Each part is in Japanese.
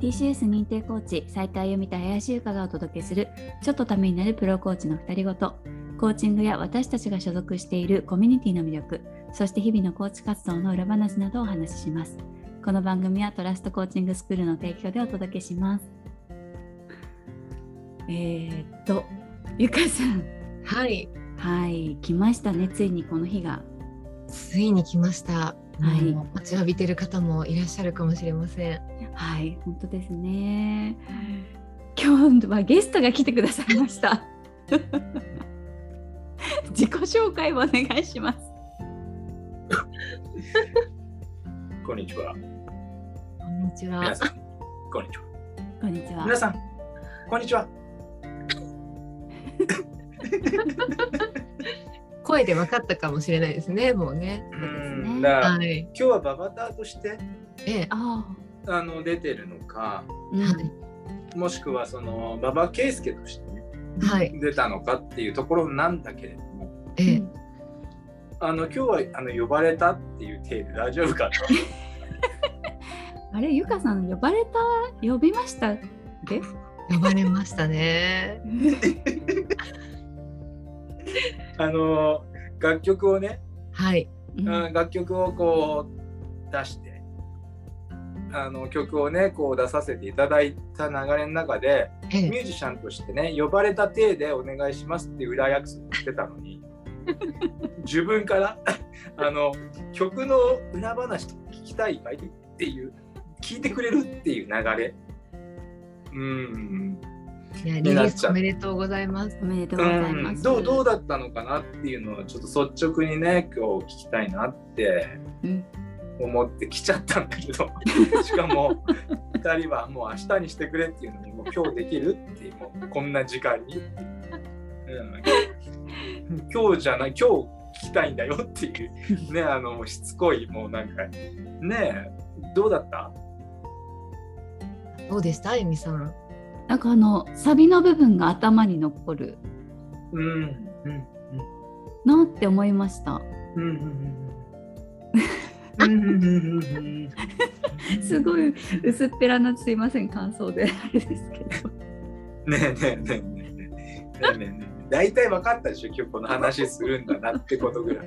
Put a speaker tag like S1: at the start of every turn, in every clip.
S1: TCS 認定コーチ斉藤由美と林優香がお届けするちょっとためになるプロコーチの2人ごとコーチングや私たちが所属しているコミュニティの魅力そして日々のコーチ活動の裏話などをお話ししますこの番組はトラストコーチングスクールの提供でお届けしますえー、っとゆかさん
S2: はい、
S1: はい来ましたねついにこの日が
S2: ついに来ました。
S1: はい
S2: もう待ちわびてる方もいらっしゃるかもしれません。
S1: はい本当ですね今日はゲストが来てくださいました 自己紹介をお願いします
S3: こんにちは。
S2: こんにちは
S3: 皆。さん、こんにちは。
S1: こんにちは
S3: 皆さん、こんにちは。
S2: 声で分かったかもしれないですね。もうね。
S3: うんだから
S2: はい。
S3: 今日はババターとして
S2: ええ。
S1: あ
S3: あの出てるのか、
S1: あ、うん
S2: はい
S3: もしくはそのババケイスケとして、ね、
S2: はい。
S3: 出たのかっていうところなんだけれども、
S2: ええ。
S3: あの今日はあの呼ばれたっていう体で大丈夫か
S1: あれゆかさん呼ばれた呼びま したで
S2: 呼ばれましたね。
S3: と。あの楽曲をね、
S2: はい。
S1: うん
S3: うん、楽曲をこう出して、あの曲をねこう出させていただいた流れの中で。
S2: ええ。
S3: ミュージシャンとしてね、呼ばれた体でお願いしますっていう裏約束してたのに、自分からあの曲の裏話とか聞きたいかいっていう、聞いてくれるっていう流れ。うん
S2: いやリ
S3: に
S2: リ
S3: な
S2: ー
S3: っち
S2: ス
S3: ゃう
S2: おめでとうございます。
S1: おめでとう
S3: う
S1: ございま
S3: ん、
S1: す。
S3: どうどうだったのかなっていうのはちょっと率直にね今日聞きたいなって
S1: うん
S3: 思って来ちゃったんだけ どしかも2人はもう明日にしてくれっていうのにもう今日できるっていうもうこんな時間に、うん、今日じゃない今日聞きたいんだよっていう ねあのしつこいもうなんかねえどうだった
S2: どうでした、えみさん。
S1: なんかあのサビの部分が頭に残る
S3: うんうん
S1: なって思いました。
S3: うんうんうんうんうんうんうん
S1: すごい薄っぺらなすいません感想であれですけど。
S3: ねえねえねえねえねえねえねえねえ大体分かったでしょ今日この話するんだなってことぐらい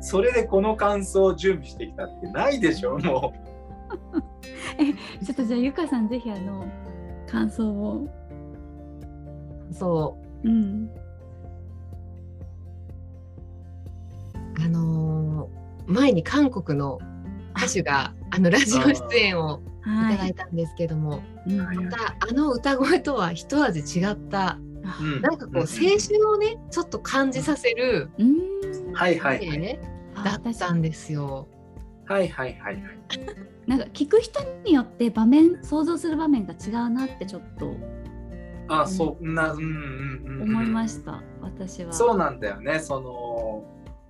S3: それでこの感想を準備してきたってないでしょも
S1: ちょっとじゃあゆかさんぜひあの感想を。
S2: そう。
S1: うん。
S2: あのー前に韓国の歌手があのラジオ出演をいただ。
S1: はい
S2: たんですけども、
S1: うん
S3: はい
S2: またあの歌声とは一味違った
S3: う、うん
S2: なんかこう青
S3: うん
S2: 春をねちょっと感じさせる
S1: うん。
S3: はいはいはい
S2: ね
S1: あ
S2: だったんですよ。
S3: はいはいはいはい
S1: なんか聞く人によって場面想像する場面が違うなってちょっと
S3: あそんなうんうんうん、うん、
S1: 思いました。私は。
S3: そうなんだよねその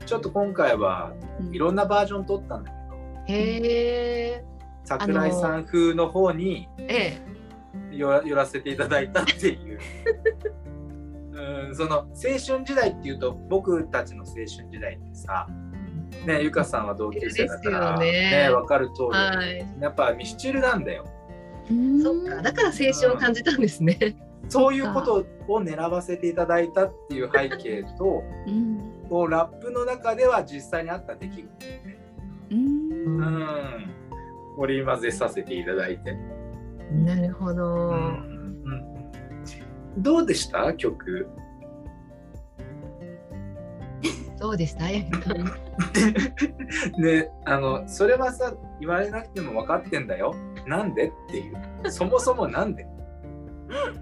S3: ちょっと今回は
S1: うん
S3: いろんなバージョン撮ったんだけど
S2: へー
S3: 桜井さん風の方に
S2: え
S3: よら寄らせていただいたっていう うんその青春時代っていうと僕たちの青春時代ってさ、ね、ゆかさんは同級生だから、
S2: ですよね
S3: ねわかる通
S2: え
S3: り、
S2: はい。
S3: やっぱミスチルなんだよ
S1: うん
S2: そっかだから青春を感じたんですね。
S3: そういうことを狙わせていただいたっていう背景 と
S1: うん。
S3: こうラップの中では実際にあった出来事、
S1: うん。
S3: う
S2: うん
S3: ん、織り交ぜさせていただいて、
S2: なるほど。
S3: うんうんどうでした曲
S2: どうでしたあやみさん。
S3: であのそれはさ言われなくても分かってんだよなんでっていうそもそもなんで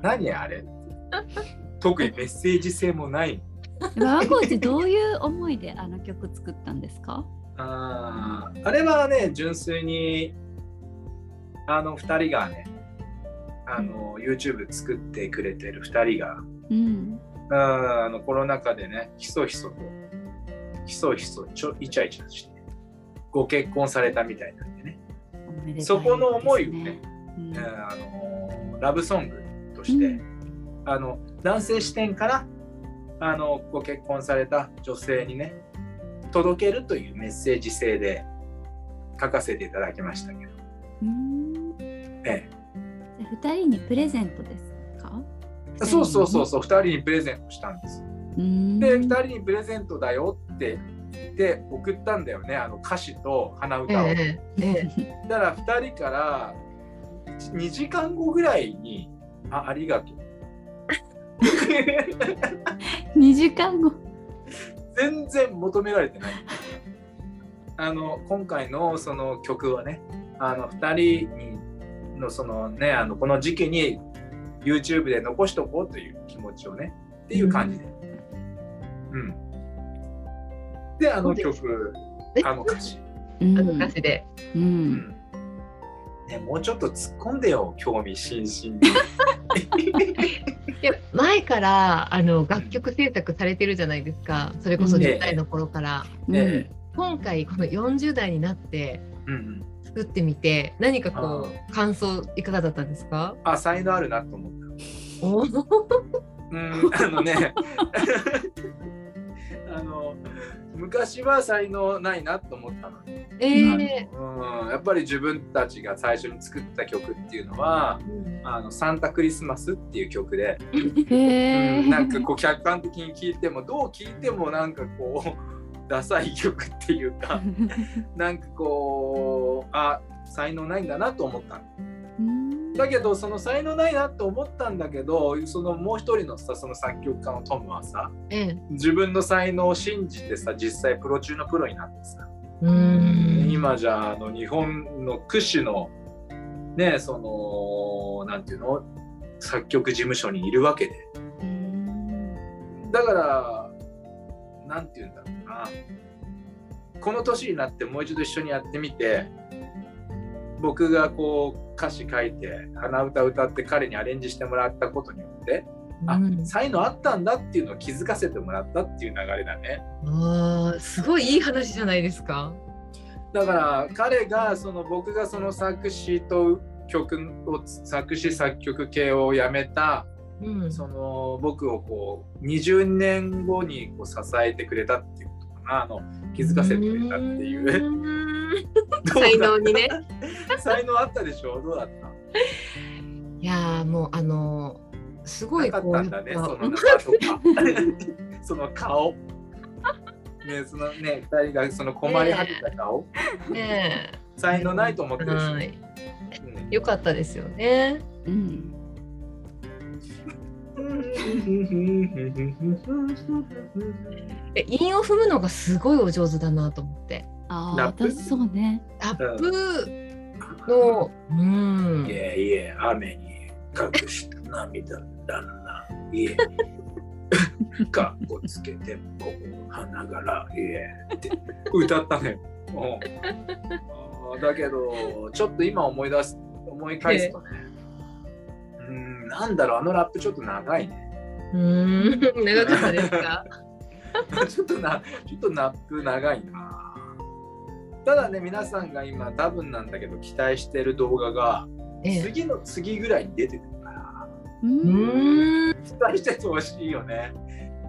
S3: 何あれ特にメッセージ性もない
S1: ワーコーチどういう思いであの曲作ったんですか？
S3: あーあれはね純粋にあの2人がねあの YouTube 作ってくれてる2人が
S1: うん。
S3: あーあのコロナ禍でねひそひそとひそひそちょイチャイチャしてご結婚されたみたいなんでね
S1: おめでたいですね
S3: そこの思いをね。
S1: うん
S3: えーあのーラブソングとして、
S1: うん
S3: あの男性視点からあのご結婚された女性にね届けるというメッセージ性で書かせていただきましたけど
S1: うん
S3: え
S1: じゃあ2人にプレゼントですか
S3: え、そうそうそうそう2人にプレゼントしたんです
S1: うーん
S3: で2人にプレゼントだよって言って送ったんだよねあの歌詞と鼻
S2: え
S3: 歌を、
S2: えええ
S3: だから2人から2時間後ぐらいに「あありがと う」
S1: 2時間後
S3: 全然求められてないあの今回のその曲はねあの2人にのそのねあのこの時期に YouTube で残しとこうという気持ちをねっていう感じでうん、であの曲
S2: え
S3: あの歌詞、
S1: うん
S2: あの歌詞で、
S1: う
S3: うんんね、もうちょっと突っ込んでよ興味津々に
S2: いや前からあの楽曲制作されてるじゃないですかそれこそ
S1: うん
S2: 10代の頃から、
S3: ね
S2: 今回この40代になって
S3: うんうん
S2: 作ってみて何かこう感想いかがだったんですか
S3: あ才能あるなと思った
S2: おー
S3: うん、あのねあの昔は才能ないなと思ったのに、
S2: えー
S3: うん、やっぱり自分たちが最初に作った曲っていうのは「あのサンタクリスマス」っていう曲で、
S1: へえ、
S3: うん、なんかこう客観的に聴いてもどう聴いてもなんかこうダサい曲っていうかなんかこうあ才能ないんだなと思ったの
S1: うん
S3: だけどその才能ないなと思ったんだけどそのもう一人のさその作曲家のトムはさ、
S2: ええ
S3: 自分の才能を信じてさ実際プロ中のプロになってさ、
S2: うーん
S3: 今じゃあの日本の屈指のねそのなんていうの作曲事務所にいるわけでだからなんていうんだろうなこの年になってもう一度一緒にやってみて僕がこう歌詞書いて鼻歌歌って彼にアレンジしてもらったことによって、
S2: う
S3: あ
S2: ん
S3: 才能あったんだっていうのを気づかせてもらったっていう流れだね。
S2: あーすごいいい話じゃないですか
S3: だから彼がその僕がその作詞と曲を作詞作曲系をやめた
S2: うん
S3: その僕をこう20年後にこう支えてくれたっていうことかなあの気づかせてくれたっていう
S2: う ーん
S3: どうだ
S2: 才能にね
S3: 才能あったでしょどうだった
S2: いやーもうあのーすごい
S3: なか
S2: こう
S3: ったんだね
S2: やっ
S3: そ
S2: ぱ
S3: の中とかその顔ねそのね2人がその困り果てた顔、
S2: ねえ
S3: 才能ないと思ってるでしょ、
S2: はい
S3: うん
S2: 良かったですよね。
S1: うん
S2: え韻を踏むのがすごいお上手だなと思って。
S1: ああ
S3: ラップ
S1: 私そうね
S2: ラップの、うん
S3: い、えいえ、雨に隠した涙だな。い え。かっこつけて、ここ、花柄、いえ。って歌ったのよ。うんあーだけど、ちょっと今思い出す、思い返すとね。うん、なんだろう、あのラップちょっと長いね。
S2: うん、 長かった ですか。
S3: ちょっとな、ちょっとラップ長いな。ただね、皆さんが今、多分なんだけど、期待してる動画が、
S2: ええ、
S3: 次の次ぐらいに出てくるから。
S1: う
S2: うんーん、
S3: 期待しててほしいよね。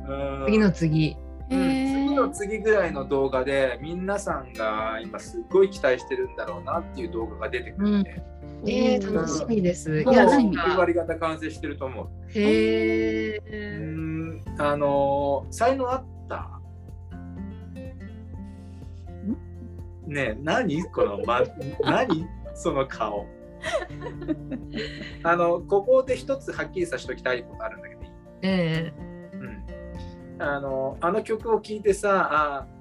S3: うん
S2: 次の次。
S3: うん次の
S1: へ
S3: 次ぐらいの動画で皆さんが今すっごい期待してるんだろうなっていう動画が出てくるんで、
S2: ええ
S1: ー
S2: 楽しみです。い
S3: もう
S2: や、な
S1: 何
S2: ん
S3: 9
S2: か、
S3: 割方完成してると思う。
S2: へ
S3: う
S2: え、
S3: んあのー才能あったねえ何この、ま、何その顔あのここで一つはっきりさせておきたいことあるんだけどいい
S2: え
S3: うんあのあの曲を聴いてさあー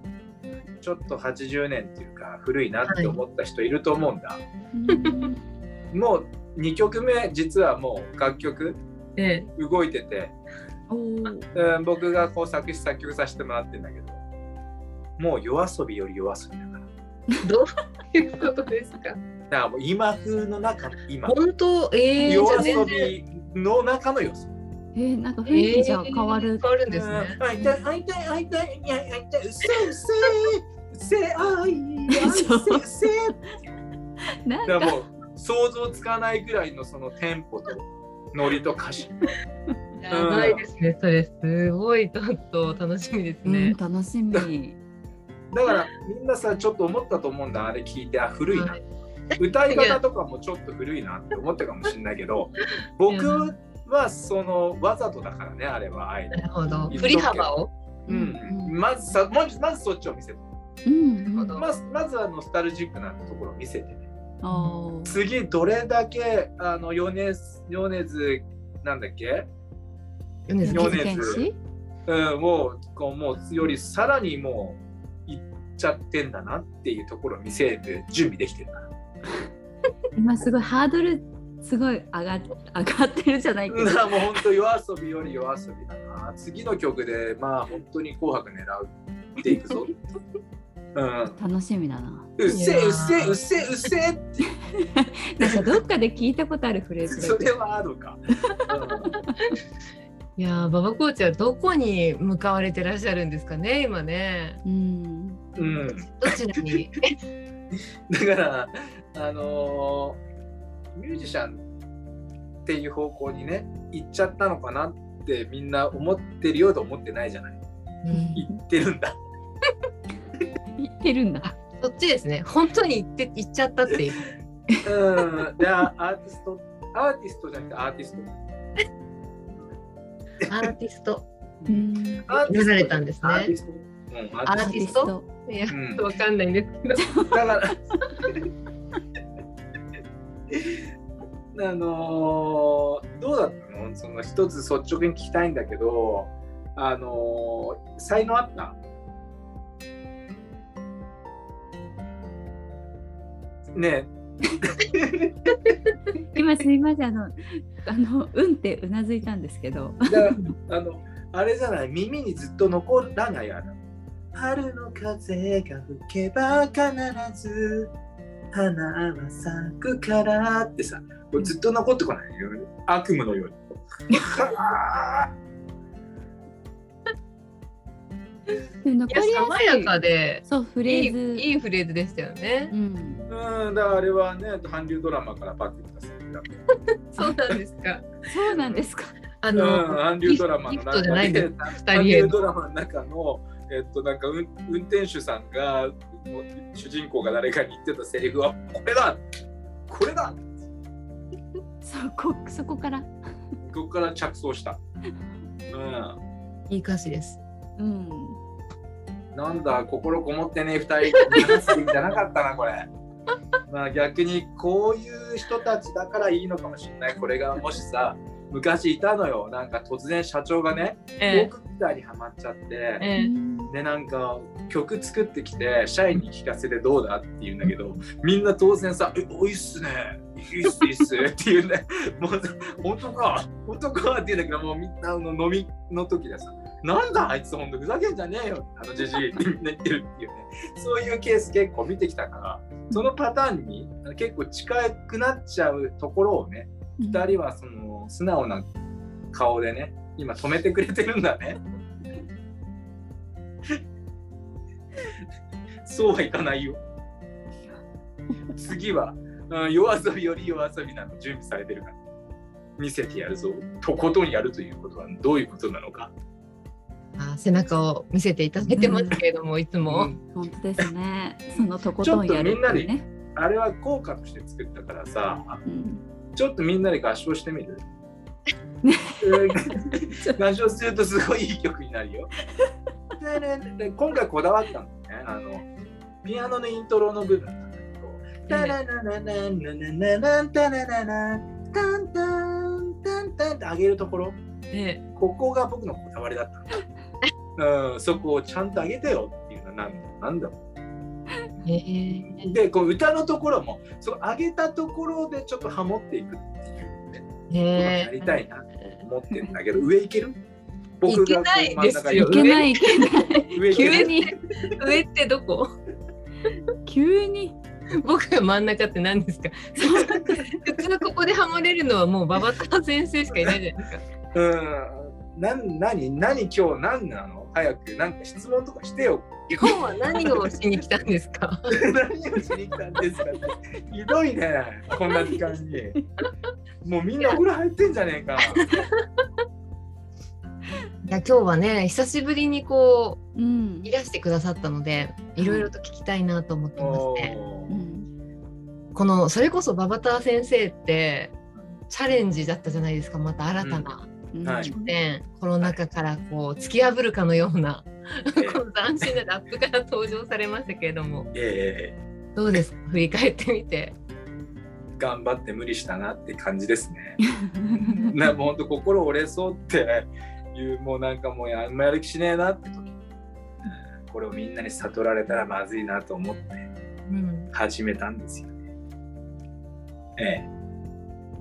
S3: ちょっと80年っていうか古いなって思った人いると思うんだ、
S1: うん
S3: もう2曲目実はもう楽曲
S2: え、え
S3: 動いてて、
S1: おー
S3: うん、僕がこう作詞作曲させてもらってんだけどもう夜遊びより夜遊びだから
S2: え、どういうことですか。
S3: だからもう今風の中の今
S2: 本当、ええ、じゃあ
S3: 夜遊
S2: 全然。
S3: びの中の夜遊び
S1: えー、なんか雰囲気じゃ変わ
S2: え
S1: る
S2: ー、変わるん
S3: で
S2: です
S3: す
S2: ね
S3: ね。。会いたい会いたい会いたいいや会いたい。うせうせうせあいあいせうせ。
S1: なん
S3: だ
S1: か
S3: からもう想像つかないぐらいのそのテンポとノリと歌詞。
S2: やばいですね。それすごいちょっと楽しみです
S1: うん
S2: ね。
S1: 楽しみ
S3: だからみんなさちょっと思ったと思うんだあれ聞いてあ古いな。
S2: はい
S3: 歌い方とかもちょっと古いなって思ったかもしれないけど僕はそのわざとだからねあれはあえ
S2: な
S3: て、
S2: るほど。
S3: 言っとくけど
S2: 振り幅を。
S3: うんまずさまずまずそっちを見せて
S1: うんうん
S2: なるほど
S3: まずまずはノスタルジックなところを見せてね
S1: おー
S3: 次どれだけあの米津米津なんだっけ、
S2: 米津玄
S3: 米津
S2: 師
S1: 玄師
S3: うん、もうこうもうよりさらにもういっちゃってんだなっていうところを見せる準備できてるから。
S1: 今すごいハードルすごい上が上がってるじゃないけ
S3: う
S1: ど
S3: ん、 もう本当夜遊びより夜遊びだな次の曲でまあ本当に「紅白」狙っていくぞ。うん、
S1: 楽しみだな。
S3: うっせ
S2: いや
S3: え
S2: ー
S3: うっせえうっせえうっせえって
S1: なんかどっかで聞いたことあるフレーズ
S3: そ
S1: だけど
S3: れはあるか。
S2: いやー、馬場コーチはどこに向かわれてらっしゃるんですかね、今ね。
S1: うん。
S3: うん、うん
S2: どちらに。
S3: だからあのーミュージシャンっていう方向にね行っちゃったのかなってみんな思ってるようで思ってないじゃない
S2: うん
S3: 行ってるんだ
S1: 言ってるんだ。
S2: そっちですね。本当に行って、行っちゃったっていう。
S3: うんであアーティストアーティストじゃなくてアーティスト
S2: アーティスト。
S1: うん。
S3: アーティスト
S2: 流れたんですね
S3: アーティストうんアーティス
S2: アーティスト
S1: アー
S2: いや、
S3: う
S2: ちょ
S3: ん
S2: っとわかん ないんですけど。
S3: トだから あのーどうだったのその一つ率直に聞きたいんだけどあのー才能あったね
S1: 今すみませんあのあのうんってうなずいたんですけど。
S3: えだあのあれじゃない耳にずっと残らないあれ春の風が吹けば必ず花は咲くからってさこれずっと残ってこないよ悪夢のように。は
S1: でも残りやすい
S2: 爽やかで。
S1: そうフレ
S2: い
S1: ーズ。
S2: い、いいフレーズでしたよね
S1: う。ん。
S3: ぁうんだからあれはね韓流ドラマからパクったせいだ
S2: そうなんです か。
S1: そうなんですか。
S2: あ
S3: うん
S2: の、
S3: 韓流ドラマ
S2: ギ
S3: の
S2: フトじゃ
S3: 中
S2: ないんで
S3: で、
S2: す。二
S3: 韓
S2: 人へ
S3: 流
S2: の。
S3: ドラマの中の、えっと、なんか運運転手さんがもう主人公が誰かに言ってたセリフはこれだこれだ
S1: そこそこから。
S3: ここから着想した。うん、
S2: いい歌詞です。
S1: うん。
S3: なんだ心こもってねえ2人じゃなかったな これ。まあ逆にこういう人たちだからいいのかもしれないこれがもしさ昔いたのよなんか突然社長がね
S2: え
S3: 僕みたいにハマっちゃって。
S2: ええ
S3: でなんか曲作ってきて社員に聞かせてどうだって言うんだけどみんな当然さ「えおいっすねいいっすいいっす」っていうね「もう本当か本当か」って言うんだけどもうみんなあの飲みの時でさ「なんだあいつ本当ふざけんじゃねえよ」あのじじいってみんな言ってるっていうねそういうケース結構見てきたからそのパターンに結構近くなっちゃうところをね2人はその素直な顔でね今止めてくれてるんだね。 そうはいかないよ。次は、うん、夜遊びより夜遊びなの準備されてるから。見せてやるぞ。とことんやるということはどういうことなのか。
S2: あ背中を見せていただいてますけれども、いつも。
S3: うん
S1: 本当ですね。そのとことんやるっていうね。
S3: あれは効果として作ったからさ、
S1: うん
S3: ちょっとみんなで合唱してみるうん合唱するとすごいいい曲になるよ。でねで今回こだわったんだよね。あのピアノのイントロの部分なんだけど。タララララララランタラララタンタンタンタンって上げるところ
S2: え
S3: ここが僕のこだわりだったの。うん、そこをちゃんと上げてよっていうのはなんだなんだ
S2: ええ
S3: でこう歌のところもその上げたところでちょっとハモっていくっていうね。
S2: え
S3: やりたいなと思ってるんだけど、上行ける僕がこう
S2: いけないです
S1: い
S2: よ
S1: けないいけない。
S3: 上行け
S1: 急
S3: る
S1: に
S2: 上ってどこ
S1: 急に。
S2: 僕が真ん中って何ですか普通ここでハモれるのはもう馬場田先生しかいないじゃないですか。
S3: うん。なん何何今日何なの早くなんか質問とかしてよ。
S2: 今日は何をしに来たんですか
S3: 何をしに来たんですかって。ひどいね、こんな時間に。もうみんなお風呂入ってんじゃねえか。
S2: いや今日はね久しぶりにこ
S1: うん
S2: うい。らしてくださったのでいろいろと聞きたいなと思ってまし
S3: お
S2: て、
S1: う
S3: ー
S1: ん
S2: このそれこそ馬場タ先生ってチャレンジだったじゃないですかまた新たな、
S1: は
S3: はいい
S2: 去 年コロナ禍からこう突き破るかのようなこの斬新なラップから登場されましたけれども
S3: ええ
S2: どうですか振り返ってみて。
S3: 頑張って無理したなって感じですね。な もう本当心折れそうっていうもうなんかもうややる気しねえなって時にうんこれをみんなに悟られたらまずいなと思って
S2: うん
S3: 始めたんですよね。ええ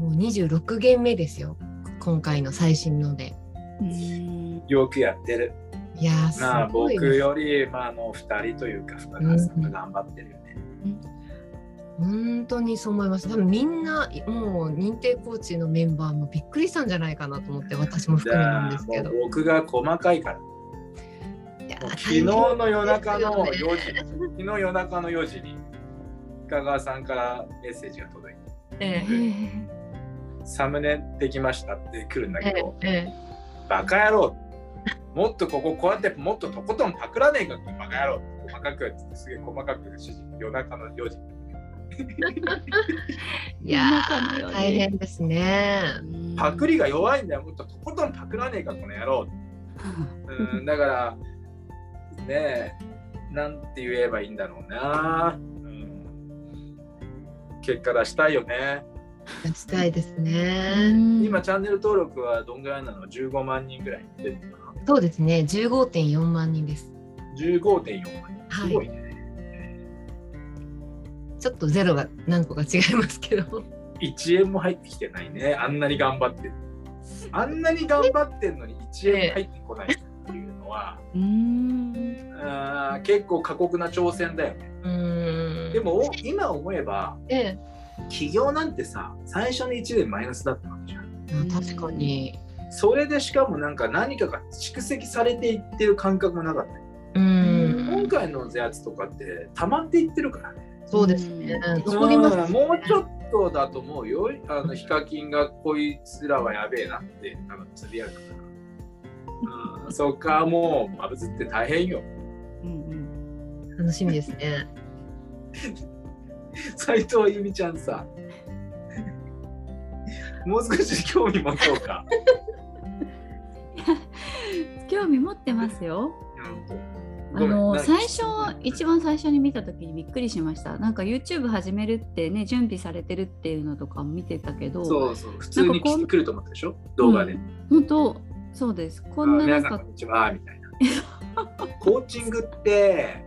S2: もう26弦目ですよ今回の最新ので。
S1: うん
S3: よくやってる。
S2: いやーす
S3: まあ
S2: ご
S3: 僕
S2: いです
S3: より、まあ、あの2人というか深川さんが頑張ってるよね。
S2: 本当にそう思います多分みんなもう認定コーチのメンバーもびっくりしたんじゃないかなと思って私も
S3: じ
S2: 含めな
S3: ゃ
S2: んで
S3: あ
S2: す
S3: も
S2: けど
S3: う僕が細かいからも
S2: いや
S3: う昨日の夜中の
S2: 大
S3: 4
S2: 変です
S3: 時、
S2: よね
S3: 昨日夜中の4時に深川さんからメッセージが届いて
S2: え
S3: サムネできましたって来るんだ
S2: え
S3: けど、
S2: ええ
S3: バカ野郎もっとこここうやってもっととことんパクらねえかバカ野郎細かくすげえ細かく指示夜中の4時
S2: いや
S1: 中のよう
S2: ー
S1: に
S2: 大変ですね
S3: パクリが弱いんだよもっととことんパクらねえかこの野郎 うんだからねえなんて言えばいいんだろうな、うん結果出したいよね
S2: 出したいです
S1: う
S2: ね
S1: ん
S3: 今チャンネル登録はどんぐらいなの15万人ぐらいいってるのかな
S2: そうですね15.4万人です
S3: 15.4万人すごいね、
S2: ちょっとゼロが何個か違いますけど
S3: 1円も入ってきてないねあんなに頑張ってあんなに頑張ってんのに1円も入ってこないっていうのは、
S1: うん
S3: あー結構過酷な挑戦だよね
S2: うーん
S3: でも今思えば
S2: え
S3: 起業なんてさ最初の1年マイナスだったわけじゃん
S2: えまあ確かに
S3: それでしかもなんか何かが蓄積されていってる感覚もなかった
S2: うー
S3: 今
S2: ん
S3: 回のやつとかって溜まっていってるからね
S2: そうですね残り
S3: だ
S2: ま
S3: から
S2: す
S3: もうちょっとだと思うよあのヒカキンがこいつらはやべえなって多分つぶやくから、うん、そっかもうバブズって大変よ
S1: うん
S2: 楽しみですね
S3: 斉藤由美ちゃんさもう少し興味持とうか、
S1: 興味持ってますよ。
S3: うん
S1: あ
S3: ごめん
S1: の
S3: なんか
S1: 最初一番最初に見た時にびっくりしました。なんか YouTube 始めるってね準備されてるっていうのとかも見てたけど、
S3: そうそう普通に
S1: なんかこん
S3: 来ると思ったでしょ動画で、
S1: う本当そうです。こんなな
S3: 皆
S1: ん
S3: さんこ
S1: か
S3: んにちはみたいなコーチングって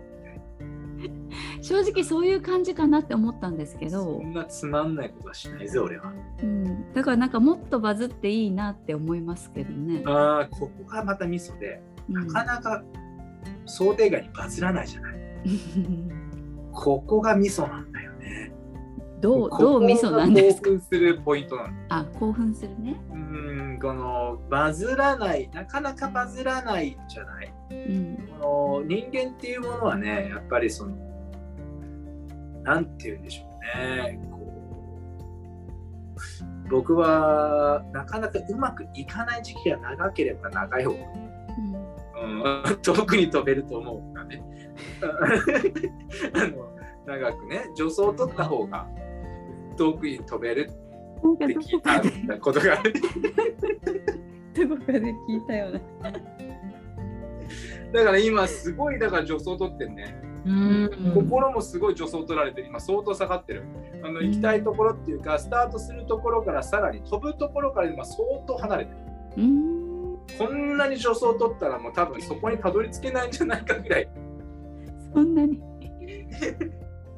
S1: 正直そういう感じかなって思ったんですけ
S3: そ
S1: ど、
S3: んなつまんないことはしないぜ俺は
S1: うん、だからなんかもっとバズっていいなって思いますけどね。
S3: あーここがまたミソで
S1: う
S3: なん かなか想定外にバズらないじゃない。ここがミソなんだよね。
S1: どう
S3: ここ
S1: どう味噌なんですか。
S3: 興奮するポイントなの。
S1: あ興奮するね。
S3: うーん、このバズらない、なかなかバズらないじゃない。
S1: うん
S3: この人間っていうものはね、やっぱりその、なんて言うんでしょうね。こう僕はなかなかうまくいかない時期が長ければ長い方がうん 遠くに飛べると思うからね。 あの長くね助走を取った方が遠くに飛べる
S1: うん、
S3: って聞いたことが ある
S1: どこかで聞いたような。
S3: だから今すごいだから助走を取ってんね、
S2: うーん
S3: 心もすごい助走を取られて今相当下がってるあの行きたいところっていうかスタートするところからさらに飛ぶところから今相当離れてる
S1: うん。
S3: こんなに助走を取ったらもう多分そこにたどり着けないんじゃないかぐらい
S1: そんなに。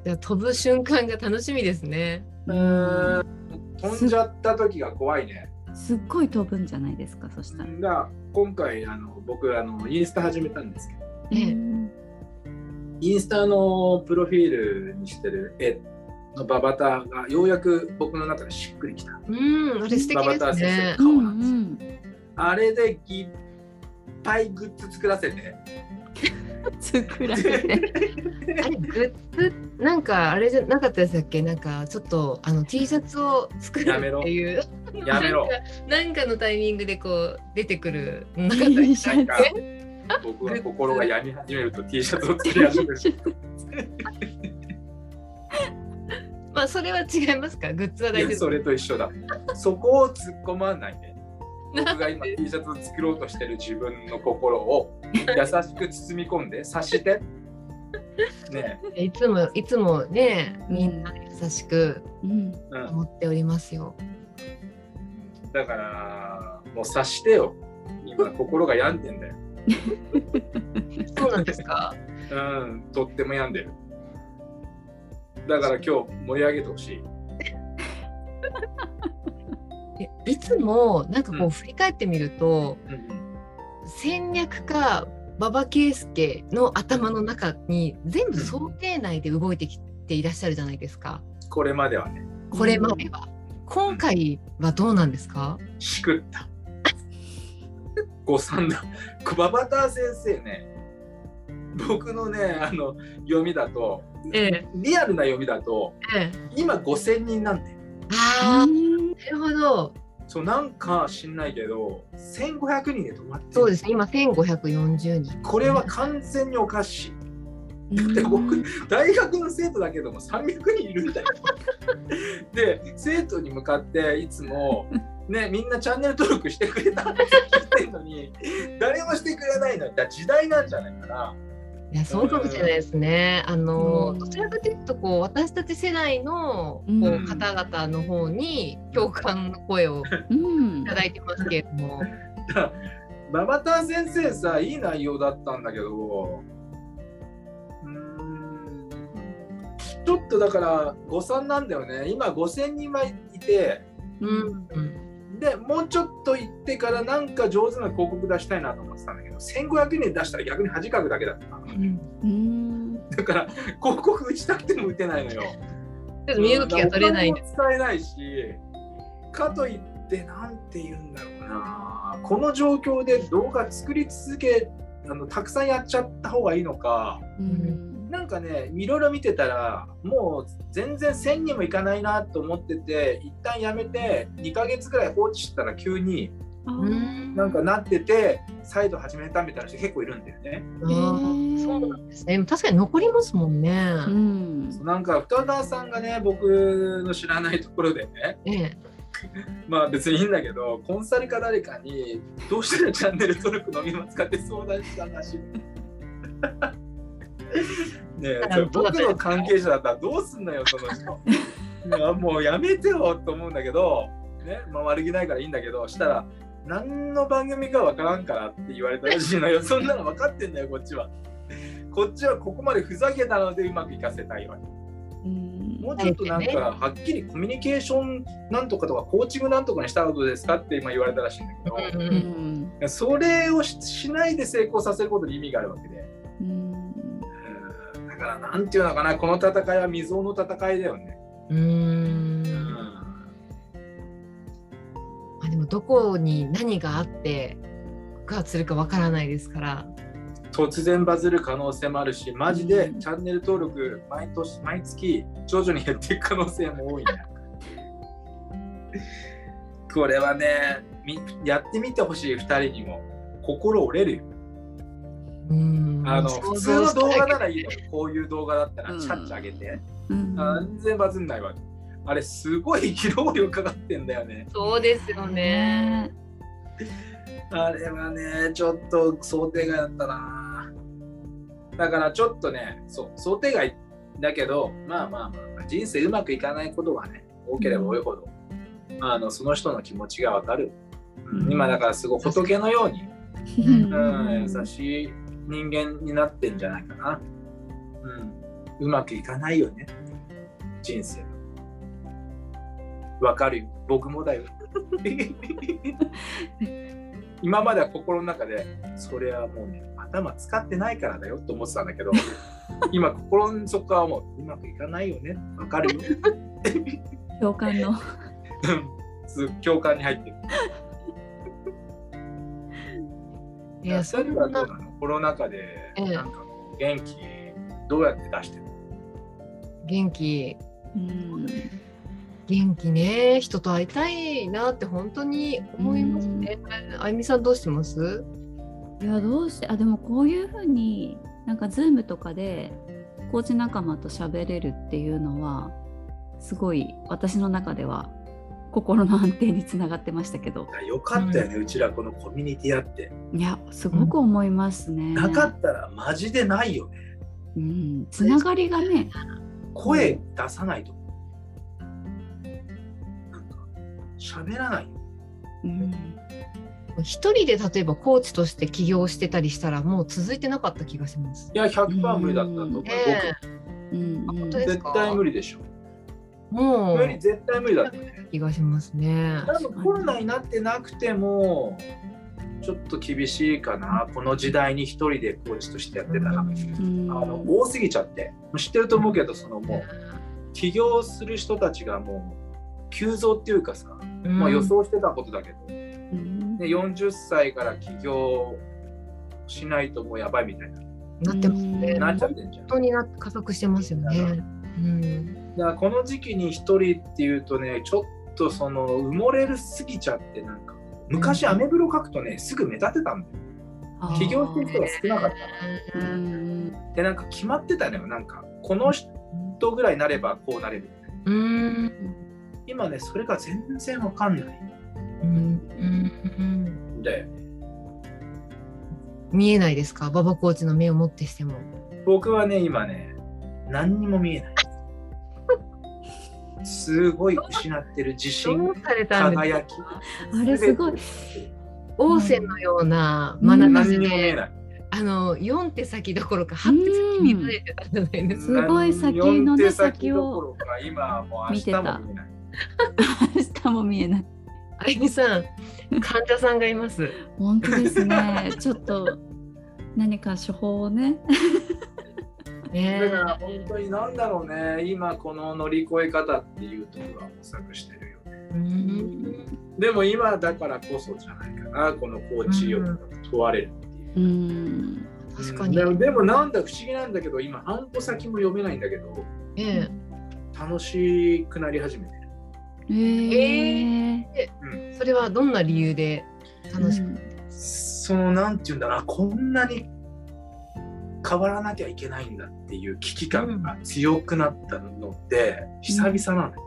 S2: じゃあ飛ぶ瞬間が楽しみですね。
S1: うん。
S3: 飛んじゃった時が怖いね
S1: すっごい飛ぶんじゃないですか。そしたら。
S3: が今回あの僕あのインスタ始めたんですけど
S2: ね
S1: うん
S3: インスタのプロフィールにしてる絵のババタがようやく僕の中でしっくりきた
S2: うん、あれ素敵
S3: ババ
S2: で
S3: タ
S2: す
S3: 先
S2: ね
S3: 生。顔な
S1: う
S3: んですよ
S1: ん
S3: あれでいっぱいグッズ作らせ
S1: う
S3: て
S1: ん。作られて。
S2: あれグッズなんかあれじゃなかったでしたっけ？なんかちょっとあの T シャツを作る
S3: やめろ
S2: っていう
S3: やめろ
S2: なんかなんかのタイミングでこう出てくるなかったで
S1: T
S2: し
S1: シ
S3: なん
S1: ャ
S3: か
S1: ツ。
S3: 僕は心が病 み始めると T シャツを作り始める
S2: た まあそれは違いますかグッズはい大
S3: や
S2: 丈
S3: そ
S2: 夫
S3: れと一緒だ。そこを突っ込まないで。僕が今 T シャツを作ろうとしてる自分の心を優しく包み込んで察して。ねえ、
S2: いつもいつもね
S1: うん
S2: みんな優しく
S1: うん、
S3: うん、
S2: 思っておりますよ、
S3: だからもう察してよ。今心が病んでんだよ。
S2: そうなんです か
S3: うん、とっても病んでる。だから今日盛り上げてほしい。
S2: でいつもなんかこ
S3: う
S2: うん振り返ってみると、
S3: うん
S2: 戦略家馬場圭介の頭の中に全部想定内で動いてきていらっしゃるじゃないですか
S3: これまではね、
S2: これまでは、今回はどうなんですか
S3: しくった。誤算だ。ババター先生ね、僕のね、あの読みだと、
S2: ええ
S3: リアルな読みだと、
S2: ええ
S3: 今5000人なんだよ。
S2: ああ
S1: うん
S2: なるほど
S3: そうなんか知んないけど1500人で止まってる
S2: そうですね今1540人
S3: これは完全におかしい
S1: うん
S3: 僕大学の生徒だけども300人いるんだよで生徒に向かっていつも、ね、みんなチャンネル登録してくれたって聞いてるのに誰もしてくれないのだから時代なんじゃないかない
S2: やそうかもしれないですね。あの
S1: うん
S2: どちらかというとこう私たち世代のこう、
S1: うん
S2: 方々の方に共感の声を
S1: うん
S2: いただいてますけれども、
S3: ババタン先生さいい内容だったんだけどうーんちょっとだから誤算なんだよね今5000人はいて
S2: うん
S3: でもうちょっと行ってからなんか上手な広告出したいなと思ってたんだけど1500人出したら逆に恥かくだけだったな
S1: うん
S3: だから広告打ちたくても打てないのよ
S2: ちょっ と身動きが取れない
S3: お金も使えないしかといってなんて言うんだろうなこの状況で動画作り続けあのたくさんやっちゃった方がいいのか
S1: うん
S3: なんかねいろいろ見てたらもう全然1000人もいかないなと思ってて一旦やめて2ヶ月ぐらい放置してたら急に
S1: あ
S2: う
S1: ー
S2: ん
S3: なんかなってて再度始めたみたいな人結構いるんだよね。
S2: あーそうなんですね。確かに残りますもんね。
S1: うん
S3: なんか深田さんがね僕の知らないところでね
S2: ええ
S3: まあ別にいいんだけどコンサルか誰かに「どうしたらチャンネル登録のみますか?」って相談したら しい。ねえそれ僕の関係者だったらどうすんのよその人。 いやもうやめてよと思うんだけど、ねまあ、悪気ないからいいんだけどしたら「何の番組かわからんから」って言われたらしいのよそんなの分かってんだよこっちは。こっちはここまでふざけたのでうまくいかせたいわけ。
S1: うん
S3: もうちょっとなんか、はっきりコミュニケーションなんとかとかコーチングなんとかにしたらどうですかって今言われたらしいんだけど、
S2: うん
S1: う
S2: うん
S1: ん
S3: それをししないで成功させることに意味があるわけで、
S1: うん
S3: うんだからなんていうのかなこの戦いは未曾有の戦いだよね。
S2: うーん。まあでもどこに何があって爆発するかわからないですから。
S3: 突然バズる可能性もあるしマジで
S1: うん
S3: チャンネル登録毎年毎月徐々に減っていく可能性も多いね。 これはねみやってみてほしい2人にも心折れるよ。
S2: うーん。
S3: あの
S2: 想
S3: 普
S2: 像
S3: 通の動画な
S2: した
S3: らいいよこういう動画だった
S1: う
S3: ら
S1: ん
S3: チャッチ上げて
S1: うん
S3: 全然バズんないわあれすごい疲労量かかってんだよね
S2: そうですよね。
S1: ね
S3: あれはねちょっと想定外だったなだからちょっとねそう想定外だけどまあまあまあまあ人生うまくいかないことがね多ければ多いほど、あのその人の気持ちがわかる、
S1: うん
S3: 今だからすごい仏のように
S1: うん
S3: うん、優しい人間になってんじゃないかな。うん、うまくいかないよね、人生。わかるよ、僕もだよ。 今までは心の中で、それはもうね、頭使ってないからだよと思ってたん だけど、今、心の底はもう、うまくいかないよね、わかるよ。
S1: 共感の
S3: うんす共感に入ってる。
S2: いやそ
S3: それ
S2: んな
S3: はどうなのコロナ禍で、
S2: ええ
S3: なんかこう元気、どうやって出してるの
S2: 元気
S1: うん
S2: 元気ね人と会いたいなって本当に思いますね。あゆみさんどうしてます？
S1: いやどうしてあでもこういうふうになんか Zoom とかでコーチ仲間と喋れるっていうのはすごい私の中では心の安定につながってましたけど
S3: いやよかったよね、うちらこのコミュニティあって
S1: いやすごく思いますね。
S3: なかったらマジでないよね
S1: うん、つながりがね
S3: 声出さないと、なんか喋らないよ
S1: うん
S2: 一人で例えばコーチとして起業してたりしたらもう続いてなかった気がします。
S3: いや100%無理だったと思
S1: う
S3: う、
S1: ん
S2: ね
S1: うん
S2: あ
S1: う
S2: 本
S1: ん
S2: 当ですか
S3: 絶対無理でしょ
S2: も
S3: 無
S2: う
S3: 理絶対無理だった
S2: 気がしますね。
S3: 多分コロナになってなくてもちょっと厳しいかなこの時代に一人でコーチとしてやってたら、
S1: うん
S3: あの多すぎちゃって知ってると思うけどそのもう起業する人たちがもう急増っていうかさ、
S2: うん
S3: まあ、予想してたことだけど、
S1: うん
S3: で40歳から起業しないともうやばいみたいな、
S2: なってますね。
S1: うん
S3: なっ
S2: 本
S3: ちゃってんじゃん。だ
S2: 当にな加速してますよね。うん。
S3: からこの時期に一人っていうとねちょっとその埋もれるすぎちゃってなんか昔アメブロ書くとねすぐ目立てたんだよ。起業してる人が少なかった
S1: うん
S3: でなんか決まってたのよなんかこの人ぐらいになればこうなれるみたいな
S2: うん。
S3: 今ねそれが全然わかんない
S2: うん
S3: んで
S2: 見えないですか馬場コーチの目をもってしても。
S3: 僕はね今ね何にも見 えないすごい失ってる自信
S2: され
S3: 輝き
S1: あれすごい。
S2: 王翦のような眼差
S3: 何
S2: し
S3: にも見え
S2: で、
S3: ない
S2: あの4手先どころか8手先見据えてたんじゃないです
S1: すごい先のね
S3: 四手先どころか今もう明日も見えない
S1: 明日も見えない。
S2: か。あゆみさん、患者さんがいます。
S1: 本当ですね。ちょっと何か処方をね。
S2: ね
S3: だから本当に何だろうね今この乗り越え方っていうところは模索してるよね
S2: うん
S3: でも今だからこそじゃないかなこのコーチ力が問われるって
S1: う
S3: いう、
S1: ん。
S2: 確かに。
S3: でもでもなんだ不思議なんだけど今半歩先も読めないんだけど
S2: え
S3: 楽しくなり始めてる
S1: えー
S2: えそれはどんな理由で楽しく、
S3: そのなんていうんだろうなこんなに変わらなきゃいけないんだっていう危機感が強くなったのって久々なのよ、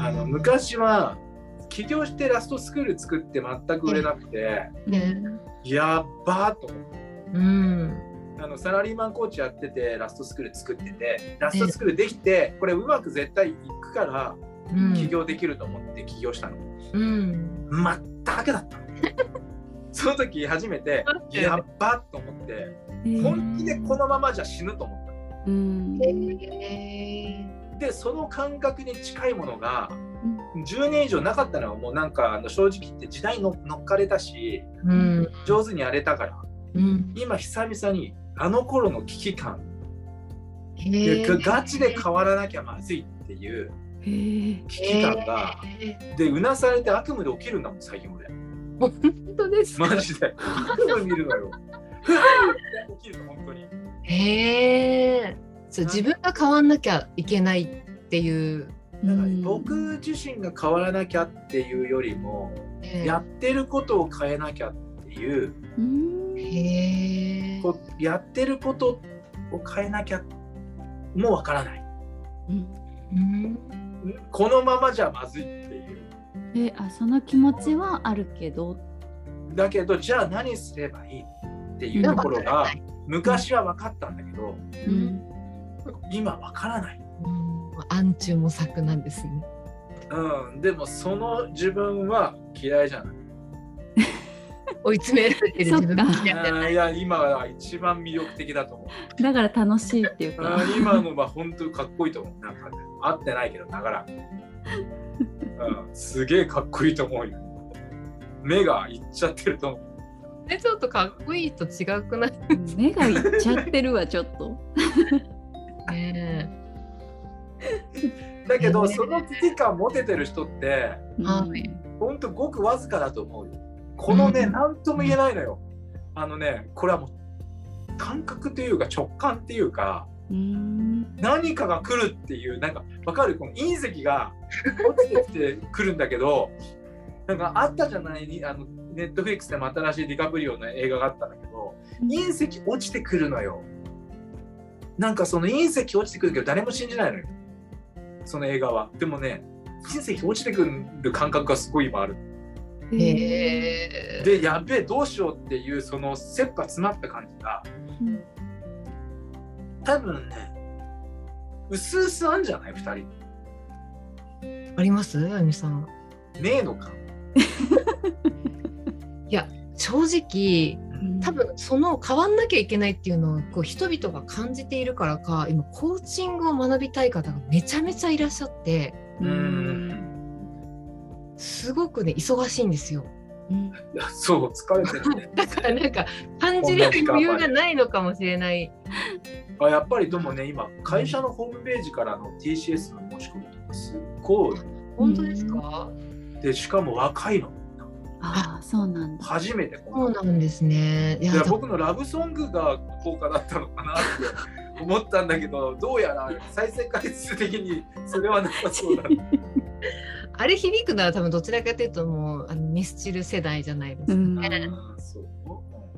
S3: あの昔は起業してラストスクール作って全く売れなくて、
S2: ね
S3: やっばーと思って
S2: うん
S3: あのサラリーマンコーチやっててラストスクール作っててラストスクールできてこれうまく絶対いくから
S2: うん
S3: 起業できると思って起業したの、
S2: うん
S3: 全くだ ったのその時初めて
S2: そうだよ
S3: や
S2: ね
S3: っばと思って
S1: うん
S3: 本気でこのままじゃ死ぬと思っ
S1: うん
S2: え
S3: たでその感覚に近いものが10年以上なかったのはもうなんかあの正直言って時代に乗乗っかれたし
S2: ーうん
S3: 上手にやれたから
S2: うん
S3: 今久々にあの頃の危機感
S2: へ
S3: ガチで変わらなきゃまずいっていう
S1: へー
S3: 危機感が、
S2: え
S3: でうなされて悪夢で起きるんだもん最近俺
S2: ー本当ですか
S3: マ ジで悪夢見るのよふわーって起きるの本当に
S2: へえそう自分が変わんなきゃいけないっていう、
S3: だから
S1: うん
S3: 僕自身が変わらなきゃっていうよりも、
S2: ね
S3: やってることを変えなきゃっていう、
S1: うん
S2: へえ
S3: こうやってることを変えなきゃもうわからない
S2: うん
S3: このままじゃまずいっていう
S1: えあその気持ちはあるけど
S3: だけどじゃあ何すればいいっていうところが昔は分かったんだけど
S1: うん
S3: 今分からない
S2: うん暗中模索なんですね
S3: うん、でもその自分は嫌いじゃない。
S2: 追い詰められてる自分
S1: そっか
S2: いやいや
S3: あーいや今が一番魅力的だと思う。
S1: だから楽しいっていう
S3: あ
S1: か
S3: ー今のは本当かっこいいと思う。なんかね、合ってないけどながら。うん、すげえかっこいいと思うよ。目がいっちゃってると思う。
S2: ねちょっとかっこいいと違くない
S1: 目がいっちゃってるわちょっと
S2: ね
S3: だけ
S2: へ
S3: ど
S2: ー
S3: その危機感持ててる人って
S2: はい
S3: 本当ごくわずかだと思うよ。このね
S2: うん
S3: 何とも言えないのよ。あのねこれはもう感覚というか直感っていうか。
S1: うん
S3: 何かが来るっていうなんかわかるこの隕石が落ちてきて来るんだけどなんかあったじゃないにあのネットフリックスでも新しいディカプリオの映画があったんだけど隕石落ちてくるのよなんかその隕石落ちてくるけど誰も信じないのよその映画はでもね人生落ちてくる感覚がすごい今ある
S2: へえ
S3: でやべえどうしようっていうその切羽詰まった感じが
S1: うん
S3: 多分ね薄々あんじゃない2人
S2: ありますあゆみさん
S3: ねえのか
S2: 正直
S1: うん
S2: 多分その変わんなきゃいけないっていうのをこう人々が感じているからか今コーチングを学びたい方がめちゃめちゃいらっしゃって
S1: う
S3: うんん
S2: すごくね忙しいんですよ
S1: う ん
S3: いやそう疲れてる ね
S2: だからなんか感じる余裕がないのかもしれない
S3: あやっぱりでもね今会社のホームページからの TCS の申し込みとかすっごい
S2: 本当ですか
S3: でしかも若いの
S1: ああそうなんだ
S3: 初めてこんな
S2: そうなんですねいや
S3: い
S2: だ
S3: や僕のラブソングが効果だったのかな って思ったんだけどどうやら再生回数的にそれはなさそうだな
S2: あれ響くのは多分どちらかというともうあのミスチル世代じゃないですか、
S1: うん
S3: あーそう
S1: う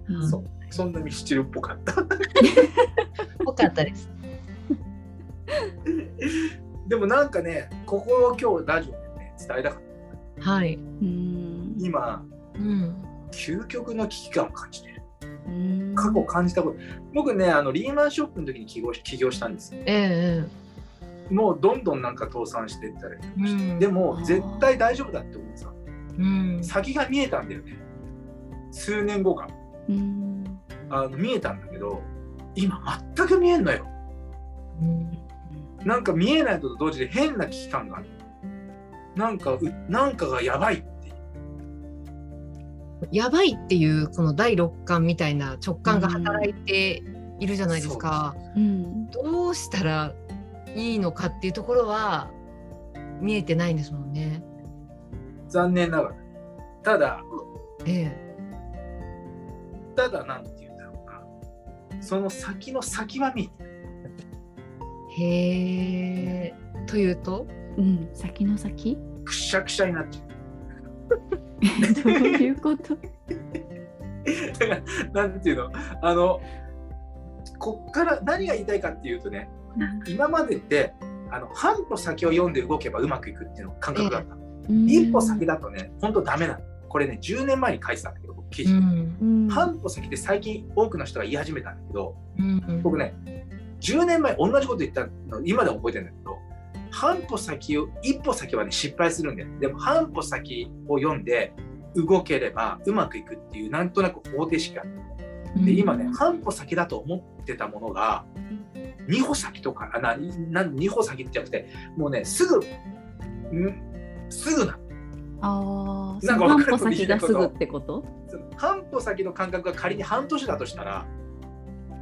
S3: うん
S1: ん
S3: そうそんなミスチルっぽかった
S2: 多かったです
S3: でもなんかねここを今日ラジオでね伝えたかった
S2: はい、
S1: うん
S3: 今
S2: うん、
S3: 究極の危機感を感じてる
S1: うん
S3: 過去を感じたこと僕ねあのリーマンショックの時に起業し起業したんですよ
S2: ええ
S3: もうどんどんなんか倒産していったりとか
S2: ええう
S3: して、
S2: ん
S3: でも絶対大丈夫だって思ってた
S2: うん
S3: 先が見えたんだよね数年後か
S1: うん
S3: あの見えたんだけど今全く見えんのよ
S2: うん
S3: なんか見えないのと同時で変な危機感があるなんかうなんかがやばいっていう
S2: やばいっていうこの第六感みたいな直感が働いているじゃないですか、
S1: うん
S2: どうしたらいいのかっていうところは見えてないんですもんね。
S3: 残念ながらねただ
S2: え
S3: ただなんて言うんだろうなその先の先は見えてる
S2: え、へえ。というと
S1: うん先の先
S3: くしゃくしゃになっちゃ
S1: どういうこと
S3: うだからなんていうのあのこっから何が言いたいかっていうとね今までってあの半歩先を読んで動けばうまくいくっていうの感覚だった、一歩先だとね、本当ダメなの。これね、10年前に書いてたんだけど、僕記事。
S2: ん
S1: うん
S3: 半歩先で最近多くの人が言い始めたんだけど、
S2: うん
S3: 僕ね、10年前同じこと言ったの、今でも覚えてるんだけど、半歩先を、一歩先はね、失敗するんだよ。でも、半歩先を読んで、動ければうまくいくっていう、なんとなく方程式があって、で今ね、半歩先だと思ってたものが、2歩先とか、あなな2歩先じゃなくて、もうね、すぐ、んすぐな
S1: あ
S3: の
S1: あ
S3: なんか
S1: 半歩
S3: わかること言
S1: 先
S3: いた
S1: が
S3: いこ
S1: す
S3: と
S1: ぐってこと
S3: その半歩先の感覚が仮に半年だとしたら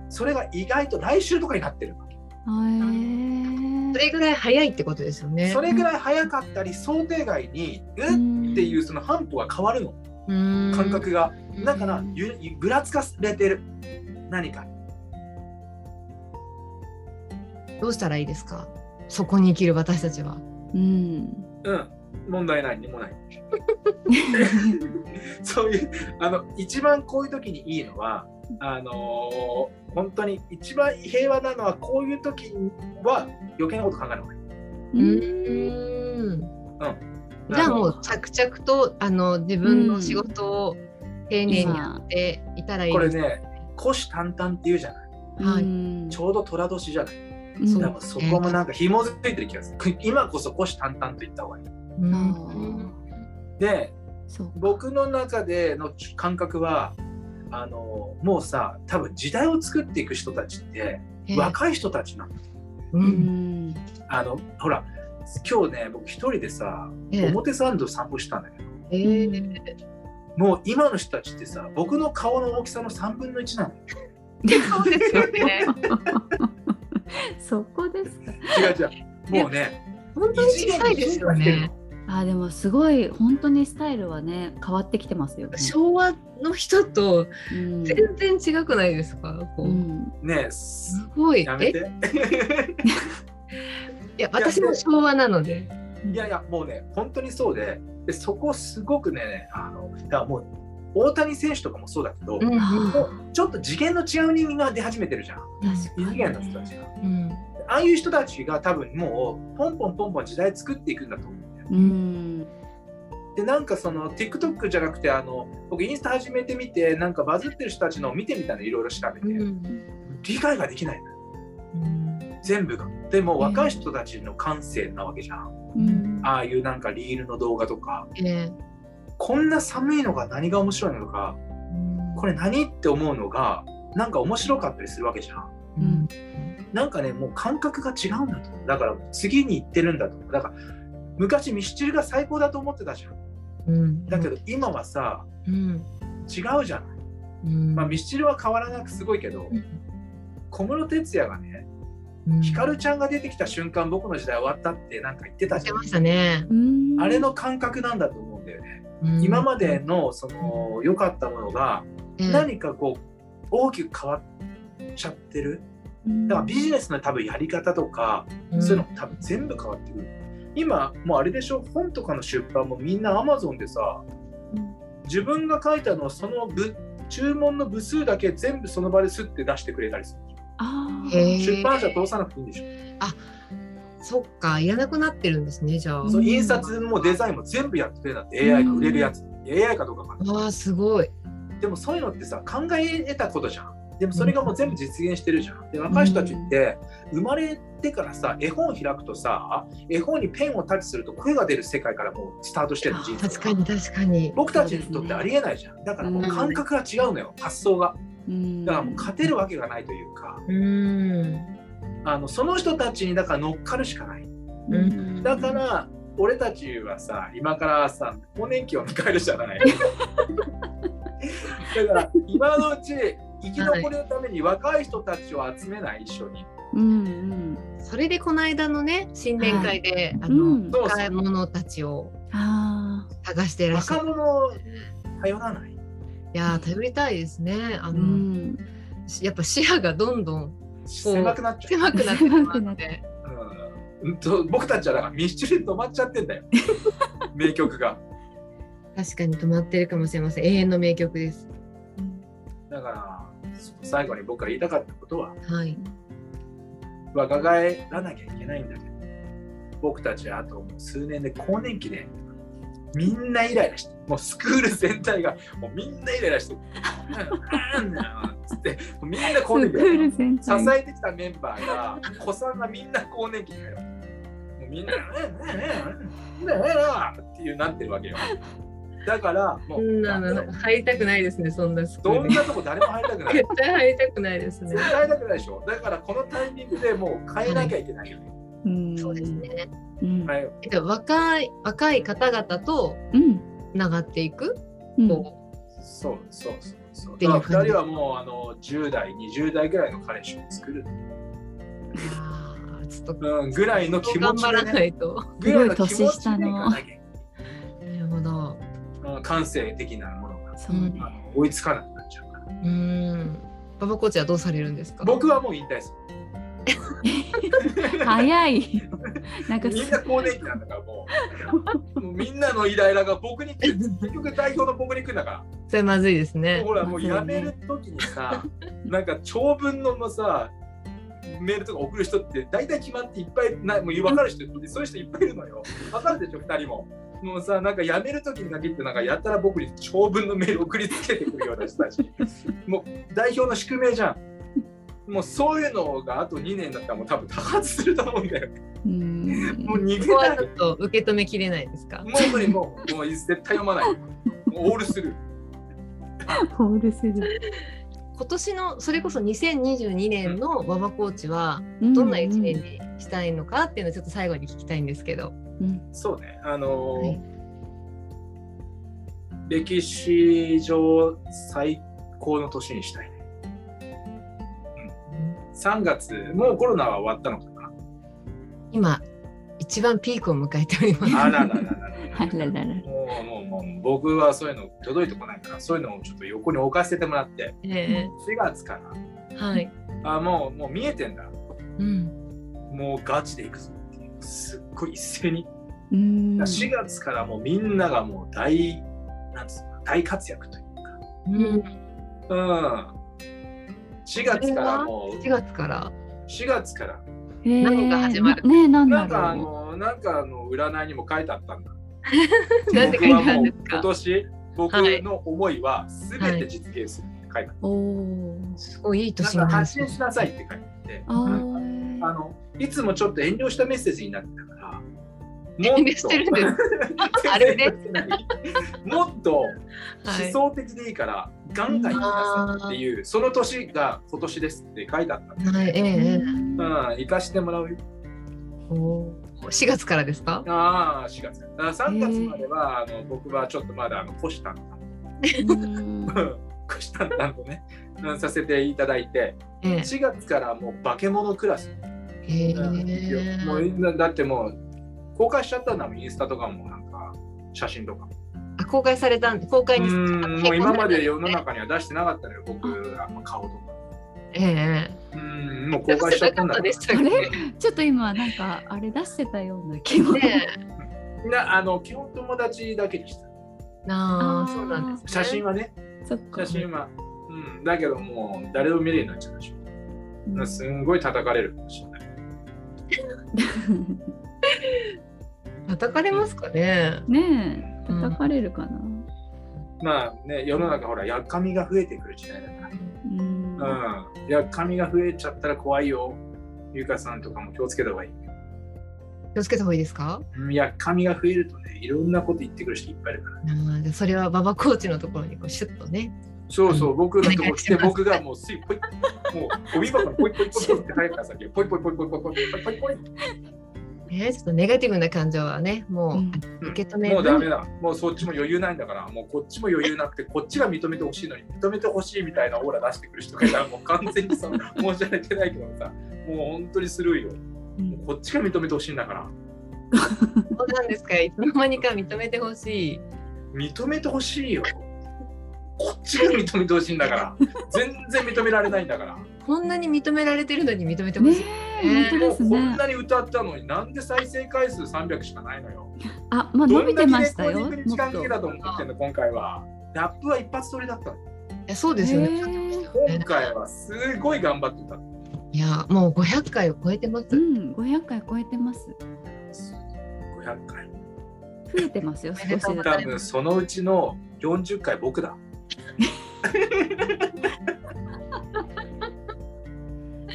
S3: それが意外と来週とかになってるわけ
S1: へー
S2: それぐらい早いってことですよね。
S3: それぐらい早かったり想定外にうっていうその半歩が変わるの感
S2: 感
S3: 覚がだから
S2: うん
S3: ゆぐらつかされてる何か
S2: どうしたらいいですかそこに生きる私たちは。
S1: うん
S3: うん問題ないにもない そういうあの一番こういう時にいいのはあのー本当に一番平和なのはこういう時は余計なこと考えない方がいい。
S2: うんじゃあもう着々とあの自分の仕事を丁寧にやっていたらいい
S3: これ
S2: です
S3: ね虎視眈々っていうじゃない
S2: はい
S1: うん
S3: ちょうど寅年じゃない。
S1: うん
S2: そう
S3: でもそこもなんか紐づいてる気がする。く今こそ虎視眈々と言った方がいい。
S2: うん
S1: あー
S3: で、
S1: そう
S3: 僕の中での感覚は、あのもうさ、多分時代を作っていく人たちって、
S2: ええ
S3: 若い人たちなの。
S1: う
S2: う
S1: んん
S3: あのほら、今日ね、僕一人でさ、
S2: ええ
S3: 表参道散歩したんだけど、
S2: ええ
S3: もう今の人たちってさ、僕の顔の大きさの3分の1なの。
S2: そうですよね。
S1: そこですか
S3: 違う違 う。もうね、
S2: 本当に小さいですよ
S3: 一年に進化してる
S2: ね
S3: の。。
S1: あでもすごい本当にスタイルはね変わってきてますよね。
S2: 昭和の人と
S1: うん
S2: 全然違くないですか。こ
S1: う
S2: うん
S3: ね
S2: す
S3: す
S2: ごい。
S3: やめ
S2: え、
S3: て。
S2: いや、私も昭和なので。
S3: いやいや、もうね、本当にそうで、でそこすごくね、あのだからもう大谷選手とかもそうだけど、
S2: うん
S1: あ
S3: ちょっと次元の違う人間が出始めてるじゃん、
S1: ー確か
S3: 異次
S1: に
S3: 元の人たち
S1: ね。
S3: が。
S2: うん
S3: ああいう人たちが多分もうポンポンポンポン時代作っていくんだと思うんだよね。
S1: うん。
S3: でなんかその TikTok じゃなくてあの僕インスタ始めてみてなんかバズってる人たちのを見てみたのいろいろ調べて、理解ができないのよ全部が。でも若い人たちの感性なわけじゃん。
S1: うん。
S3: ああいうなんかリールの動画とか
S2: ええ
S3: こんな寒いのが何が面白いのとかこれ何って思うのがなんか面白かったりするわけじゃん。
S1: うん
S3: なんかねもう感覚が違うんだと思うだから次に行ってるんだと思うだから昔ミスチルが最高だと思ってたじゃ
S2: う
S3: ん
S2: ん
S3: だけど今はさ
S2: うん
S3: 違うじゃん、
S2: うん
S3: まあ、ミスチルは変わらなくすごいけど
S2: うん
S3: 小室哲哉がね
S2: うん
S3: ヒカルちゃんが出てきた瞬間僕の時代終わったってなんか言って
S2: 言
S3: た
S2: っ
S3: じ
S2: て
S3: ゃん
S2: ましたね、
S1: うん
S3: あれの感覚なんだと思うんだよね
S2: うん
S3: 今までのその良かったものが
S2: ええ
S3: 何かこう大きく変わっちゃってるだからビジネスの多分やり方とか
S2: うん
S3: そういうの多分全部変わってくる。今もうあれでしょ本とかの出版もみんな Amazon でさ
S1: うん
S3: 自分が書いたのをその部注文の部数だけ全部その場ですって出してくれたりする。
S1: ああ。
S2: へえ
S3: 出版社通さなくていいんでしょ、
S2: そっかいらなくなってるんですねじゃあ
S1: うん
S3: そう印刷もデザインも全部やってくれるなんて AI が売れるやつ、AI かどうかか
S2: わあすごい
S3: でもそういうのってさ考え得たことじゃんでもそれがもう全部実現してるじゃんで若い人たちって生まれてからさ絵本開くとさ絵本にペンをタッチすると声が出る世界からもうスタートしてるの人生が
S2: 確かに確かに
S3: 僕たちにとってありえないじゃん、だからもう感覚が違うのよ、発想が
S1: うん。
S3: だからもう勝てるわけがないというか
S2: うん
S3: あのその人たちにだから乗っかるしかない
S1: うん。
S3: だから俺たちはさ今からさ更年期を迎えるじゃ ないだから今のうち生き残れるために若い人たちを集めない一緒に
S1: うんうん。
S2: それでこの間のね新年会で、あ
S1: う
S2: の、
S1: ん。
S3: そう
S2: 買い物たちを
S1: あ
S2: 探してらっしゃ
S3: 若
S2: る
S3: 者を頼らない
S2: いやー頼りたいですねあ
S1: あ。う
S2: の、
S1: ん。
S2: やっぱ視野がどんどん
S3: 狭くなっちゃう
S2: 狭くなって
S1: 狭くなっ
S2: って
S3: うんうんと僕たちはだからミスチルに止まっちゃってん だよ名曲が
S2: 確かに止まってるかもしれません永遠の名曲です
S3: だからそ最後に僕が言いたかったことは
S2: はい
S3: 若返らなきゃいけないんだけど僕たちはあともう数年で更年期でみんなイライラしてもうスクール全体がもうみんなイライラして「なんだよ」つってもうみんな更
S1: ク
S3: 年期だ
S1: ー
S3: よ
S1: ル全
S3: 支
S1: 体。
S3: えてきたメンバーが子さんがみんな更年期だよもうみんな「うんうんうんうんうんうん」っていうなってるわけよだからも
S2: そうなの入りたくないですねそんなスク
S3: ど
S2: ー
S3: ん
S2: ル
S3: なとこ誰も入りたくない
S2: 絶対入りたくないですね
S3: 絶対だけないでしょだからこのタイミングでもう変えなきゃいけないよね、
S1: うん。
S2: そうです。ね
S1: うん。
S3: 変えよう
S2: で若い若い方々と
S1: うん。
S2: つながっていく
S1: うん。
S2: こ
S3: そうそうそうそう
S2: っていう
S3: だ
S2: 感
S3: か
S2: じ
S3: ら2人はもうあの10代20代ぐらいの彼氏を作る、
S2: うあーちょっと
S3: うん、ぐらいの気持
S2: 頑
S3: ち
S2: 張
S3: で、
S2: らな
S3: ね、
S2: いと
S3: ぐらいの気持ちで
S1: すごい年下の
S3: いかなき
S2: なるほど
S3: ゃうん感性的なものが
S1: そうね。
S3: あの追いつかなくなっちゃうから
S2: うんパパコーチはどうされるんですか
S3: 僕はもう引退する
S1: 早い。なんか。
S3: みんな更年期なんだからもうもうみんなのイライラが僕に来る結局代表の僕に来るんだから
S2: それまずいですね
S3: ほらもうやめる時にさ、 なんか長文のもさメールとか送る人って大体決まっていっぱいなもう分かる人ってそういう人いっぱいいるのよ分かるでしょ2人ももうさなんかやめる時に限ってなんかやたら僕に長文のメール送りつけてくるような人たちもう代表の宿命じゃんもうそういうのがあと2年だったらもう多分多発すると思うんだよ
S1: うん。
S3: もう逃
S2: こ
S3: げ
S2: こ
S3: な
S2: はいちょっと受け止めきれないですか
S3: もう無理もうもう絶対読まないもうオールする
S1: ホールする。
S2: 今年のそれこそ2022年の馬場コーチはど
S1: ど
S2: んな一年。にしたいのかっていうのをちょっと最後に聞きたいんですけど。
S1: うん。
S3: そうねあのー
S2: はい
S3: 歴史上最高の年にしたいね。3月、もうコロナは終わったのか
S2: 今一番ピークを迎えており ます。
S3: な。あらららら
S1: あら
S3: らら。
S1: らら。
S3: もうもうもう僕はそういうの届いてこないから、そういうのをちょっと横に置かせてもらって、
S2: え
S3: 4月か
S2: えはい。
S3: な。あ、もうもう見えてんだ。
S2: うん。
S3: もうガチでいくぞっていう。すっごい一斉に。
S1: うん。
S3: 4月からもうみんながもう大、なんつうの、大活躍というか。
S2: うん。
S3: うん。4月からもう、
S2: 4月から。
S3: 4月から
S1: へー
S2: 何が始まる
S1: なねなん
S3: な
S1: だ
S3: んかあ
S1: ろ
S3: のなんかあの占いにも書いてあったんだ。
S2: なんて書いてあるんです
S3: 僕はもう今
S2: か。
S3: 年僕の思いはすべて実現するって書いてある。
S1: う。おおー。
S2: すごいいい
S3: なん
S2: 年
S3: か
S2: になり
S3: 発
S2: そう
S3: 信しなさいって書いてあって
S1: あ
S3: あ
S1: ー
S3: のいつもちょっと遠慮したメッセージになってたからも
S2: 遠慮してるん です
S3: す
S2: あれね
S3: もっと
S2: はい
S3: 思想的でいいから、ガンガン行きなさいっていうその年が今年ですって書いてあった
S2: はい、ええ
S1: う
S2: ええ
S1: ん
S3: の、うん、行かしてもらうよ
S2: おー4月からですか
S3: ああ4月だから3月までは、あの僕はちょっとまだあの虎視眈
S1: うん
S3: 々虎視眈々とね、うん、させていただいて
S2: え
S3: 4月からもう化け物クラス
S2: えへえ
S3: うんもうみんなだってもう公開しちゃったんだもんインスタとかもなんか写真とか
S2: あ公開されたん公
S3: う
S2: 開に
S3: んもう
S2: あ
S3: 今まで世の中には出してなかったのよ僕あんま顔とか
S2: ええ
S3: うんもう
S2: ええ
S3: 公開しちゃったん
S2: な
S3: だ
S2: か
S3: か
S2: で
S3: ら
S2: したよね
S1: ちょっと今なんかあれ出してたような気も。
S2: ね
S3: みんなあの基本友達だけでした
S2: えな
S1: あ
S2: あ
S1: ー
S2: そうなんです、ね、
S3: 写真はね
S1: そっか
S3: 写。真はうんだけどもう誰でも見れるようになっちゃったでし
S1: うん
S3: ょすんごい叩かれるかもしれない
S2: 叩かれますかね
S1: ねえ叩かれるかな。
S3: まあね世の中ほらやっかみが増えてくる時代だか
S1: うん。
S3: らうんやっかみが増えちゃったら怖いよゆかさんとかも気をつけた方がいい
S2: 気をつけた方がいいですか
S3: うんいや、髪が増えるとね、いろんなこと言ってくる人いっぱいいるから。
S2: ああそれは馬場コーチのところにこうシュッとね
S3: そうそう、
S2: う
S3: 僕のとこ来て、
S2: お願いします
S3: 僕がもうすい、ぽい、もう、ゴミ箱にぽいぽいぽいぽいって入るからさ、ぽいぽいぽいぽいぽいぽいぽいぽい。
S2: ねちょっとネガティブな感情はねもう、
S1: うん
S2: 受け止める
S3: もうダメだ。もうそっちも余裕ないんだから、もうこっちも余裕なくて、こっちが認めてほしいのに、認めてほしいみたいなオーラ出してくる人がいたら、もう完全にさ、申し訳ないけどさ、もう本当にスルーよ。もうこっちが認めてほしいんだから、
S2: そうなんですかいつの間にか認めてほしい
S3: 認めてほしいよ。こっちが認めてほしいんだから、全然認められないんだから。
S2: こんなに認められてるのに認めてほ
S1: ね
S2: しい、
S1: え本
S2: ね
S1: 当
S3: も
S1: で
S3: う
S1: す
S3: こん
S1: ね。
S3: なに歌ったのになんで再生回数300しかないのよ。
S1: あまあ
S3: ど
S1: 伸び
S3: んだ
S1: て
S3: け
S1: ま
S3: レ
S1: し
S3: コ
S1: た
S3: ーデ
S1: よ。も
S3: ィン
S1: っ
S3: グに時間
S1: と
S3: 切。れだと思ってんの今回は。ラップは一発撮りだったの。
S2: いやそうですよね、
S1: へえ
S3: 今回はすごい頑張って歌った。
S2: いやもう500回を超えてます、
S1: うん、500回超えてます。
S3: 500回。
S1: 増えてますよ、少しずつ。
S2: おめでとうござい
S3: 多分そのうちの40回僕だ。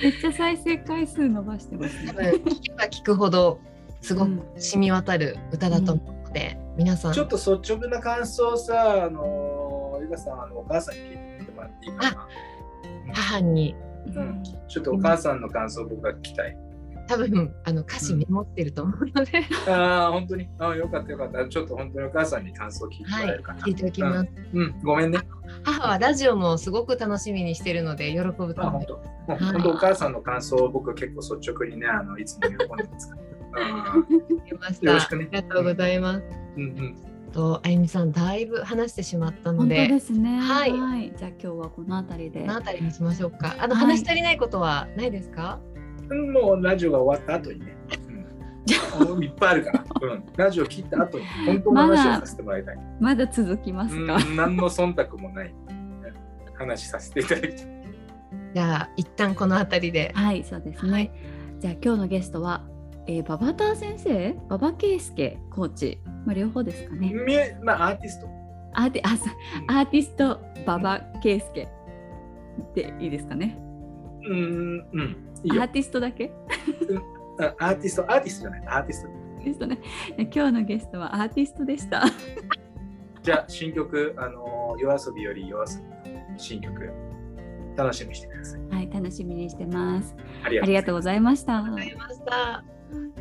S1: めっちゃ再生回数伸ばしてます
S2: 多
S1: ね。
S2: 分聞けば聞くほどすごく染み渡る歌だと思うので、皆さん
S3: ちょっと率直な感想をさ、あのー、ゆかさん、あのお母さんに聞いてもらっていいかな。
S2: 母に
S3: うんちょっとお母さんの感想を僕が聞きたい。
S2: 多分あの歌詞メモってると思うので、
S3: ああ、本当に。ああ、よかったよかった。ちょっと本当にお母さんに感想を聞いてもらえるかな。
S2: 聞いておきます、
S3: うん、ごめんね。
S2: 母はラジオもすごく楽しみにしてるので喜ぶと
S3: あ
S2: 思
S3: 本
S2: い
S3: 当もう
S2: はい
S3: 本当お母さんの感想を僕結構率直にねあのいつも喜んでますから。
S2: まし
S3: よろ
S2: た
S3: しくね
S2: ありがとうございます、
S3: うんうん
S2: とあゆみさんだいぶ話してしまったの
S1: 本当
S2: で
S1: ですね。
S2: はい
S1: じゃあ今日はこのあたりで
S2: この。あたりにしましょうかあの、
S1: はい
S2: 話し足りないことはないですか
S3: うん。もうラジオが終わった後にね。うんもういっぱいあるから、うん、ラジオ切った後に本当の話をさせてもらいたい。
S1: まだ続きます
S3: うん
S1: か。
S3: 何の忖度もない話させていただきたい。
S2: じゃあ一旦このあたりで
S1: はい、そうですね。
S2: はい
S1: じゃあ今日のゲストは、えー、ババター先生、ババケイスケコーチ、まあ両方ですかね。
S3: みえまあアーティスト。
S1: アーティあそうアーティストババケイスケでいいですかね。
S3: うんうんいい
S1: ア
S3: よ
S1: ー。ティストだけ。
S3: あアーティストアーティストじゃないアーティスト。
S1: ですね。今日のゲストはアーティストでした。
S3: じゃあ新曲あの夜遊びより夜遊びの新曲楽しみにしてください。
S1: はい、楽しみにしてます。
S3: ありがとうございま
S1: あ
S3: す
S1: りがとうございました。
S2: ありました。